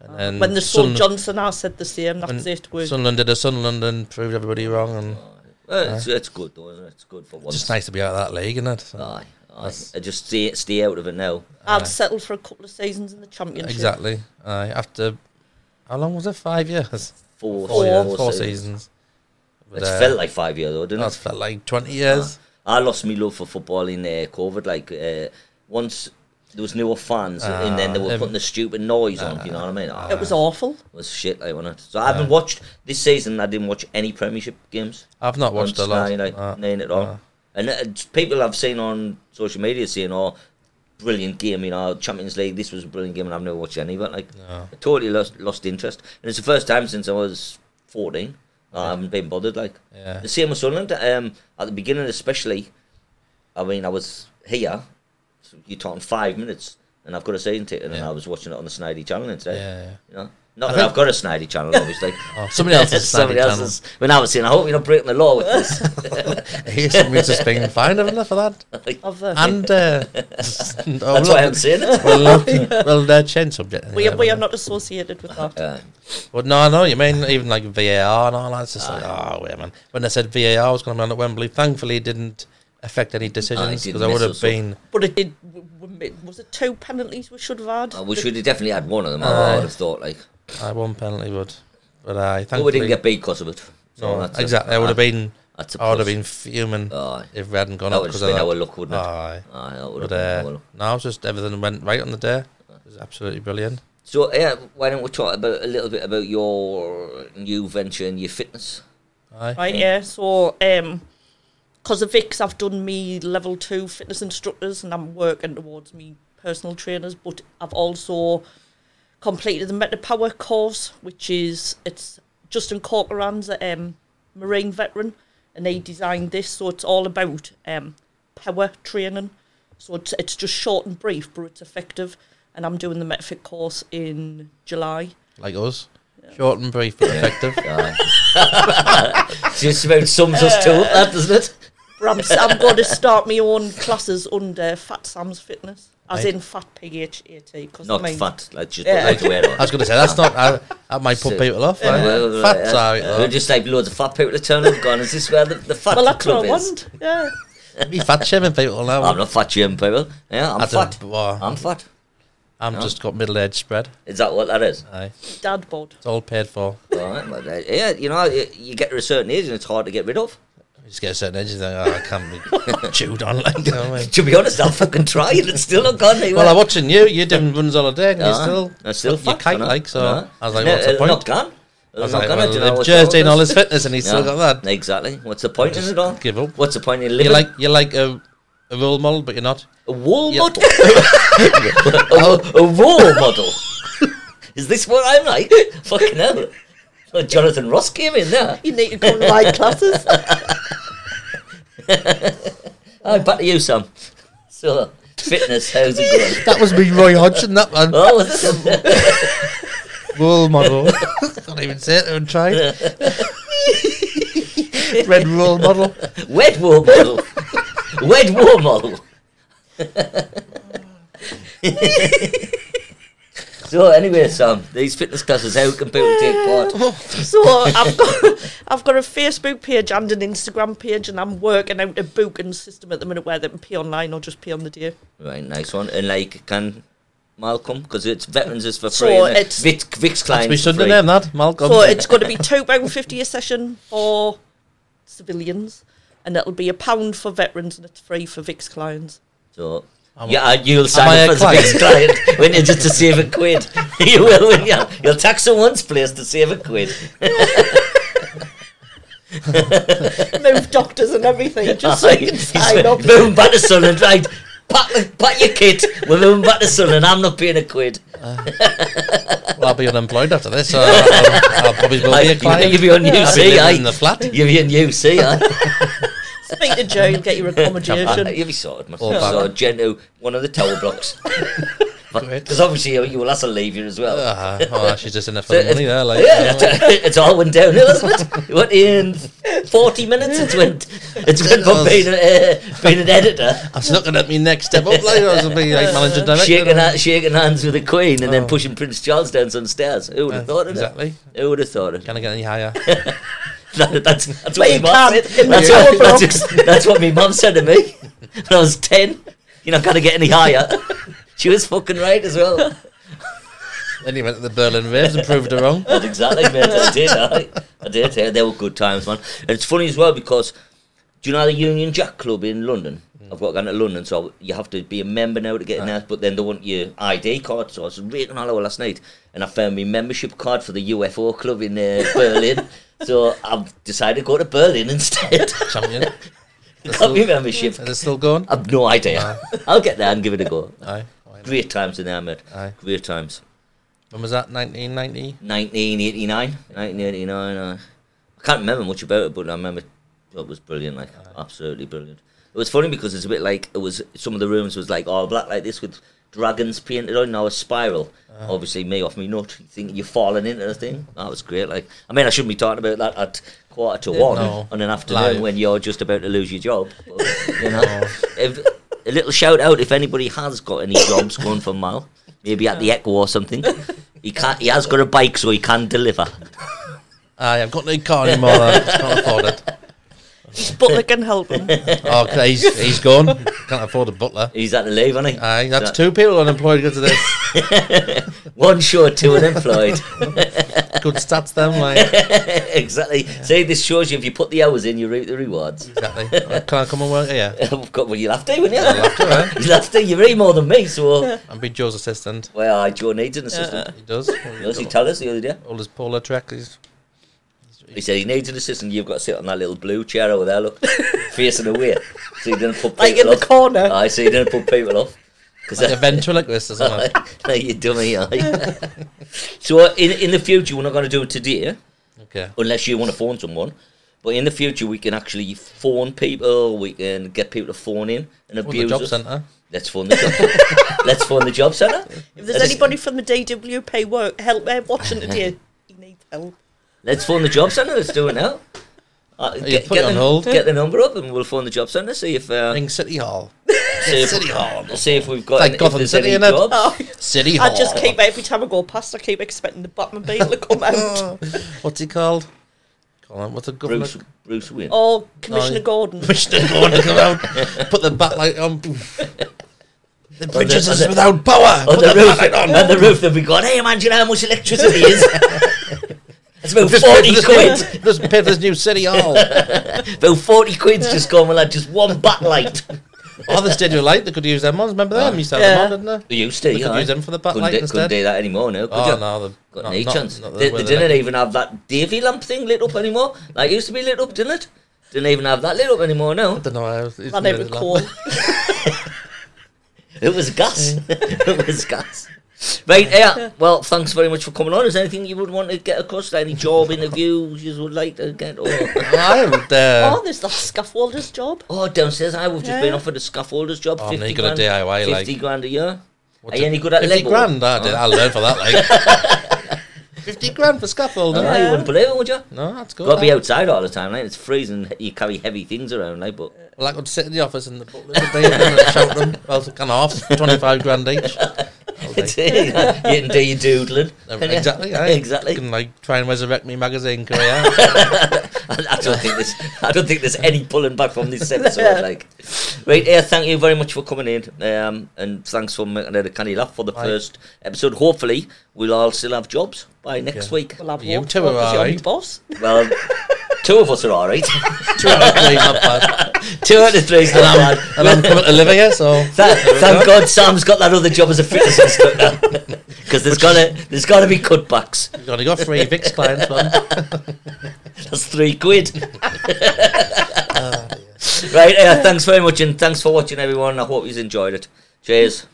Speaker 1: Ah,
Speaker 2: And then
Speaker 3: when they saw
Speaker 2: Sun-
Speaker 3: Johnson, I said the same. That's
Speaker 2: Mm. when
Speaker 3: it. We're
Speaker 2: Sunderland did a Sunderland and proved everybody wrong, and
Speaker 1: Well, it's, it's good though, isn't it? It's good for once. Ah,
Speaker 2: just nice to be out of that league, isn't it? So,
Speaker 1: Aye, aye. I just stay stay out of it now.
Speaker 3: I'd settle for a couple of seasons in the championship.
Speaker 2: exactly. Aye, after how long was it? Five years.
Speaker 1: Four,
Speaker 2: Four, years,
Speaker 1: four
Speaker 2: four
Speaker 1: seasons.
Speaker 2: seasons. But,
Speaker 1: It's
Speaker 2: uh,
Speaker 1: felt like five years though, didn't
Speaker 2: that's
Speaker 1: it?
Speaker 2: felt like twenty years.
Speaker 1: I lost my love for football in uh, COVID. Like uh, once there was newer fans, and then they were
Speaker 2: Ah,
Speaker 1: putting the stupid noise on. you know what I mean? Oh,
Speaker 3: It was awful.
Speaker 1: it was shit like wasn't it. So I haven't watched this season. I didn't watch any Premiership games.
Speaker 2: I've not watched
Speaker 1: on
Speaker 2: a lot.
Speaker 1: Sky, like
Speaker 2: Uh,
Speaker 1: none at all. And uh, it's people I've seen on social media saying, "Oh, brilliant game! You know, Champions League. This was a brilliant game, and I've never watched any of it. Like,
Speaker 2: No.
Speaker 1: I totally lost lost interest. And it's the first time since I was fourteen. I haven't been bothered. Like,
Speaker 2: Yeah.
Speaker 1: the same with Sunderland. Um, at the beginning, especially, I mean, I was here. So you're talking five minutes, and I've got a season ticket, and
Speaker 2: Yeah.
Speaker 1: I was watching it on the Snidey channel instead.
Speaker 2: Yeah, yeah.
Speaker 1: You know? Not
Speaker 2: I
Speaker 1: that
Speaker 2: think-
Speaker 1: I've got a Snidey channel, obviously.
Speaker 2: Oh, somebody else's
Speaker 1: Somebody
Speaker 2: Snidey channel.
Speaker 1: else's. When I was saying, I hope you're not breaking the law with this.
Speaker 2: Here's somebody just being fined, haven't they, for that?
Speaker 3: Of the,
Speaker 2: And uh,
Speaker 1: That's why I'm saying it.
Speaker 2: Well, uh, well, uh, change subject.
Speaker 3: we,
Speaker 2: yeah,
Speaker 3: are, we
Speaker 2: but-
Speaker 3: are not associated with that.
Speaker 1: Uh,
Speaker 2: Well, no, I know what you mean even like VAR and all that. It's just like, oh, wait a minute. When I said VAR was going to be on at Wembley, thankfully it didn't affect any decisions
Speaker 1: didn't
Speaker 2: because I would
Speaker 1: mess
Speaker 2: have
Speaker 1: us up.
Speaker 2: been.
Speaker 3: But it did. w- w- Was it two penalties we should have had?
Speaker 1: we
Speaker 3: The-
Speaker 1: should have definitely had one of them. I
Speaker 2: Aye.
Speaker 1: would have thought like,
Speaker 2: I won uh, penalty, but but I
Speaker 1: but
Speaker 2: thankfully
Speaker 1: we didn't get beat because of it. So
Speaker 2: no,
Speaker 1: that's a-
Speaker 2: exactly. I would have been.
Speaker 1: That's a
Speaker 2: I would have
Speaker 1: plus.
Speaker 2: been fuming
Speaker 1: Aye.
Speaker 2: if we hadn't gone
Speaker 1: That
Speaker 2: up
Speaker 1: would have
Speaker 2: of
Speaker 1: been
Speaker 2: that.
Speaker 1: our luck, wouldn't it?
Speaker 2: Aye.
Speaker 1: Aye, that would have
Speaker 2: But
Speaker 1: been our
Speaker 2: uh,
Speaker 1: luck.
Speaker 2: no, it's just everything went right on the day. It was absolutely brilliant.
Speaker 1: So yeah, why don't we talk about a little bit about your new venture and your fitness?
Speaker 2: Aye.
Speaker 3: Right, yeah. So, um, because of Vix, I've done me level two fitness instructors and I'm working towards me personal trainers, but I've also completed the Meta Power course, which is, it's Justin Corcoran's um, Marine veteran, and they designed this. So it's all about um, power training. So it's, it's just short and brief, but it's effective. And I'm doing the MetFit course in July.
Speaker 2: like us. Short and brief, but effective.
Speaker 1: Aye. Just about sums us two up, that, doesn't it?
Speaker 3: But I'm, s- I'm going to start my own classes under Fat Sam's Fitness, as
Speaker 2: Right.
Speaker 3: in Fat PHAT. Because
Speaker 1: Not
Speaker 3: I mean,
Speaker 1: fat, like just
Speaker 3: Yeah.
Speaker 1: like the way
Speaker 2: I was going to say that's not. I, that might put
Speaker 1: So-
Speaker 2: people off.
Speaker 1: Yeah,
Speaker 2: right?
Speaker 1: well, well,
Speaker 2: Fats
Speaker 1: uh,
Speaker 2: are
Speaker 1: uh, we're just like loads of fat people to turn up. Gone. Is this where the, the fat
Speaker 3: Well, that's
Speaker 1: club
Speaker 3: what I
Speaker 1: is?
Speaker 3: want. Yeah.
Speaker 2: uh, be fat shaming people now.
Speaker 1: I'm not fat, Jim people. Yeah, I'm
Speaker 2: That's a-
Speaker 1: fat.
Speaker 2: well,
Speaker 1: I'm fat.
Speaker 2: I'm
Speaker 1: No.
Speaker 2: just got middle aged spread.
Speaker 1: Is that what that is?
Speaker 2: Aye.
Speaker 3: Dad bod.
Speaker 2: It's all paid for.
Speaker 1: All right, well, uh, yeah, you know, you you get to a certain age and it's hard to get rid of.
Speaker 2: You just get a certain age, you think, oh, I can't be chewed on like you know what I mean?
Speaker 1: To be honest, I'm fucking trying. It's still not gone anywhere.
Speaker 2: Well, I'm watching you. You're doing runs all day, and
Speaker 1: Yeah,
Speaker 2: you're still,
Speaker 1: I'm still
Speaker 2: you're
Speaker 1: fat, you
Speaker 2: kite
Speaker 1: know.
Speaker 2: like. So
Speaker 1: Yeah.
Speaker 2: I was like,
Speaker 1: No,
Speaker 2: what's the
Speaker 1: uh,
Speaker 2: point?
Speaker 1: Not gone.
Speaker 2: I was
Speaker 1: not
Speaker 2: like,
Speaker 1: gone.
Speaker 2: well,
Speaker 1: Do you know
Speaker 2: if
Speaker 1: what
Speaker 2: Jer's
Speaker 1: the
Speaker 2: doing
Speaker 1: hell
Speaker 2: all
Speaker 1: it is?
Speaker 2: his fitness, and he's still
Speaker 1: Yeah,
Speaker 2: got that.
Speaker 1: Exactly. What's the point in
Speaker 2: Just
Speaker 1: it all?
Speaker 2: give up.
Speaker 1: What's the point in living?
Speaker 2: You're like you're like a, a role model, but you're not.
Speaker 1: a wall
Speaker 2: Yeah.
Speaker 1: model. a, a role model. Is this what I'm like? Fucking hell. Well, Jonathan Ross came in there.
Speaker 3: You need to come to my classes.
Speaker 1: Oh, back to you, Sam. So, fitness, how's it going?
Speaker 2: That was me, Roy Hodgson. That man.
Speaker 1: Oh, was it?
Speaker 2: role model. Can't even say it. and try. Red role model.
Speaker 1: Wed war model. Wed war model. so, anyway, Sam, these fitness classes, how can people take part?
Speaker 3: So I've got I've got a Facebook page and an Instagram page, and I'm working out a booking system at the minute where they can pay online or just pay on the day.
Speaker 1: Right, nice one. And, like, can Malcolm, because it's veterans is for
Speaker 3: So
Speaker 1: free. innit?
Speaker 3: it's-
Speaker 1: Vic, Vic's clients.
Speaker 2: We
Speaker 1: for
Speaker 2: should have
Speaker 1: free.
Speaker 2: named that Malcolm.
Speaker 3: So it's going to be two pound fifty a session for civilians, and it'll be a pound for veterans and it's free for VIX clients.
Speaker 1: So
Speaker 2: Am I-
Speaker 1: yeah, and you'll
Speaker 2: I
Speaker 1: sign
Speaker 2: a
Speaker 1: up as a big client when you just to save a quid. you will, will you? You'll tax someone's place to save a quid.
Speaker 3: Move doctors and everything, just so you can sign up.
Speaker 1: Moving back to Sunderland, right? Pat, pat your kid. We're moving back to Sunderland. I'm not paying a quid.
Speaker 2: Well, I'll be unemployed after this. So uh, I'll, I'll probably will
Speaker 1: Aye,
Speaker 2: be a
Speaker 1: you-
Speaker 2: client.
Speaker 1: You'll be on
Speaker 2: I'll be
Speaker 1: UC,
Speaker 2: living
Speaker 1: aye.
Speaker 2: in the flat.
Speaker 1: You'll be on UC, aye.
Speaker 3: Speak to Joe, you'll get your
Speaker 1: Aye,
Speaker 3: accommodation.
Speaker 1: You'll be sorted, man.
Speaker 2: All back.
Speaker 1: So, Genu, one of the tower blocks.
Speaker 2: Great.
Speaker 1: Because obviously uh, you, you will have to leave here as well.
Speaker 2: Uh, oh, she's just in it for the money there. Like,
Speaker 1: Yeah, it's- it's all went downhill, hasn't it? What in forty minutes? It's went. It's went from being, a, uh, being an editor,
Speaker 2: I was looking at me next step up later. I was being like manager director.
Speaker 1: shaking hands, shaking hands with the Queen, and then
Speaker 2: Oh.
Speaker 1: pushing Prince Charles down some stairs. Who would have
Speaker 2: Uh,
Speaker 1: thought of
Speaker 2: exactly.
Speaker 1: it? Who would have thought of it?
Speaker 2: Can I get any higher?
Speaker 1: That, that's that's
Speaker 3: But
Speaker 1: what
Speaker 3: you
Speaker 1: my mum
Speaker 3: can't
Speaker 1: said.
Speaker 3: in the
Speaker 1: That's what,
Speaker 3: tower
Speaker 1: that's, just- that's what my mum said to me when I was ten. You're not gonna get any higher. She was fucking right as well.
Speaker 2: then he went to the Berlin Raves and proved her wrong.
Speaker 1: That's exactly, mate. I did. I, I did. Yeah, they were good times, man. And it's funny as well because do you know the Union Jack Club in London? I've got gone to London, so you have to be a member now to get in there. But then they want your ID card, so I was raking all over last night, and I found my membership card for the UFO Club in uh, Berlin. so I've decided to go to Berlin instead.
Speaker 2: Champion.
Speaker 1: Got my membership.
Speaker 2: Is it still going?
Speaker 1: I've no idea. I'll get there and give it a go.
Speaker 2: Aye. Why not?
Speaker 1: Great times in there, mate.
Speaker 2: Aye.
Speaker 1: Great times.
Speaker 2: When was that? 1990?
Speaker 1: 1989, 1989. Uh, I can't remember much about it, but I remember it was brilliant, like absolutely brilliant. It was funny because it's a bit like it was. Some of the rooms was like all black, like this, with dragons painted on. Now a spiral. Obviously, me off me nut. You think you're falling into the thing? That was great. Like, I mean, I shouldn't be talking about that at quarter to
Speaker 3: Yeah,
Speaker 1: one
Speaker 2: no.
Speaker 1: on an afternoon
Speaker 2: Live.
Speaker 1: when you're just about to lose your job. But, you know,
Speaker 2: No.
Speaker 1: if, a little shout out if anybody has got any jobs going for Mal, maybe at the Echo or something. He can not He has got a bike, so he can deliver.
Speaker 2: Aye, I've got no car anymore. I can't afford it.
Speaker 3: Butler can help him.
Speaker 2: Oh, he's, he's gone. Can't afford a butler.
Speaker 1: He's had to leave, hasn't he?
Speaker 2: Aye, that's
Speaker 1: That-
Speaker 2: two people unemployed because of this.
Speaker 1: One short, two unemployed.
Speaker 2: Good stats, then, like.
Speaker 1: exactly. See, this shows you if you put the hours in, you reap the rewards.
Speaker 2: Exactly. Well, Can I come and work here?
Speaker 1: Of course, well, you'll have to, wouldn't you?
Speaker 2: I'll have to, eh?
Speaker 1: You'll have to. You're more than me, so
Speaker 2: And be Joe's assistant.
Speaker 1: well, I Joe needs an assistant.
Speaker 2: He does.
Speaker 1: He also told us the other day.
Speaker 2: All his polar track. He's,
Speaker 1: He said he needs an assistant. You've got to sit on that little blue chair over there, look, facing away. So you didn't put people
Speaker 3: Like in the
Speaker 1: off.
Speaker 3: corner.
Speaker 1: Aye, so you didn't put people off. Because
Speaker 2: like a ventriloquist or something.
Speaker 1: like you dummy. Aye. so uh, in in the future, we're not going to do it today,
Speaker 2: Okay.
Speaker 1: unless you want to phone someone. But in the future, we can actually phone people. We can get people to phone in and
Speaker 2: Or the
Speaker 1: abuse
Speaker 2: job
Speaker 1: us.
Speaker 2: centre.
Speaker 1: Let's phone the job. Let's phone the job centre.
Speaker 3: If there's anybody from the DWP work help uh, watching today, you need help.
Speaker 1: Let's phone the job centre. Let's do it now. Uh,
Speaker 2: you put it on
Speaker 1: the,
Speaker 2: hold.
Speaker 1: Get the number up, and we'll phone the job centre. See if uh,
Speaker 2: Ring City Hall.
Speaker 1: see if,
Speaker 2: City Hall.
Speaker 1: see if we've got
Speaker 2: Like
Speaker 1: any, if
Speaker 2: Gotham
Speaker 1: there's
Speaker 2: City,
Speaker 1: any
Speaker 2: innit?
Speaker 1: jobs.
Speaker 3: Oh,
Speaker 2: City Hall.
Speaker 3: I just keep every time I go past, I keep expecting the Batmobile to come out.
Speaker 2: What's he called? Call him. What's the governor?
Speaker 1: Bruce Bruce Wayne.
Speaker 3: or Oh,
Speaker 2: Oh,
Speaker 3: Commissioner Gordon.
Speaker 2: Commissioner Gordon come out. Put the backlight on. The bridges
Speaker 1: on
Speaker 2: is
Speaker 1: the- oh,
Speaker 2: without
Speaker 1: on
Speaker 2: power. Put
Speaker 1: the
Speaker 2: the
Speaker 1: roof,
Speaker 2: backlight on.
Speaker 1: on the roof that we got. Hey man, do you know how much electricity is? It's about
Speaker 2: Just pay
Speaker 1: forty
Speaker 2: for
Speaker 1: quid.
Speaker 2: this new- Just pay for this new City Hall.
Speaker 1: About forty quid's just gone. Well, had just one backlight.
Speaker 2: Oh, the Stadium Light, they could use them ones. Remember them? You used to have
Speaker 3: Yeah.
Speaker 2: them on, didn't they?
Speaker 1: We used to.
Speaker 2: They could
Speaker 1: yeah.
Speaker 2: use them for the backlight
Speaker 1: couldn't, do- couldn't
Speaker 2: instead.
Speaker 1: do that anymore now. Could
Speaker 2: Oh,
Speaker 1: you?
Speaker 2: no. they've-
Speaker 1: Got
Speaker 2: not-
Speaker 1: no
Speaker 2: not-
Speaker 1: chance.
Speaker 2: not the
Speaker 1: they,
Speaker 2: way
Speaker 1: they
Speaker 2: they're
Speaker 1: didn't even have that Davy lamp thing lit up anymore. That used to be lit up, didn't it? Didn't even have that lit up anymore now.
Speaker 2: I don't know. I was- it's
Speaker 3: I don't
Speaker 2: really long.
Speaker 3: recall.
Speaker 1: It was gas. it was gas. Right, yeah. Well, thanks very much for coming on. Is there anything you would want to get across? Any job interviews you would like to get? Or,
Speaker 2: I haven't. Uh,
Speaker 3: oh, there's the scaffolder's job.
Speaker 1: oh, downstairs, I have just been
Speaker 3: Yeah.
Speaker 1: offered a scaffolder's job.
Speaker 2: Oh,
Speaker 1: 50
Speaker 2: man, you got a
Speaker 1: grand,
Speaker 2: DIY,
Speaker 1: 50
Speaker 2: like-
Speaker 1: grand a year.
Speaker 2: what
Speaker 1: Are
Speaker 2: did-
Speaker 1: you any good at
Speaker 2: 50
Speaker 1: er Lego?
Speaker 2: grand, I did. I learned for that, like. 50 grand for scaffolding.
Speaker 1: Oh, you wouldn't believe it, would you?
Speaker 2: No, that's good.
Speaker 1: Got to be
Speaker 2: that.
Speaker 1: outside all the time, like It's freezing. You carry heavy things around, like, but
Speaker 2: Well, I could sit in the office and the butler could be in and shout them. Well, can off, 25 grand each. I was like,
Speaker 1: you can do your doodling. can you?
Speaker 2: exactly, yeah.
Speaker 1: exactly.
Speaker 2: Can like try and resurrect me magazine career.
Speaker 1: I, I don't think there's I don't think there's any pulling back from this episode. Like, right, yeah. Thank you very much for coming in, um, and thanks for making it a canny laugh for the
Speaker 2: Right.
Speaker 1: first episode. Hopefully, we'll all still have jobs by next
Speaker 2: Yeah.
Speaker 1: week.
Speaker 3: We'll have
Speaker 2: You
Speaker 3: walks,
Speaker 2: two
Speaker 3: walks,
Speaker 2: are
Speaker 3: you're new
Speaker 2: right.
Speaker 3: boss.
Speaker 1: Well, two of us are all right.
Speaker 2: Two out of three, not bad.
Speaker 1: two out of three's not bad.
Speaker 2: And I'm coming to live here, so
Speaker 1: Thank, thank God Sam's got that other job as a fitness instructor because there's gotta there's gotta be cutbacks.
Speaker 2: you've only got three Vix clients, man.
Speaker 1: That's three quid.
Speaker 2: Ah,
Speaker 1: right, yeah, thanks very much, and thanks for watching, everyone. I hope you've enjoyed it. Cheers.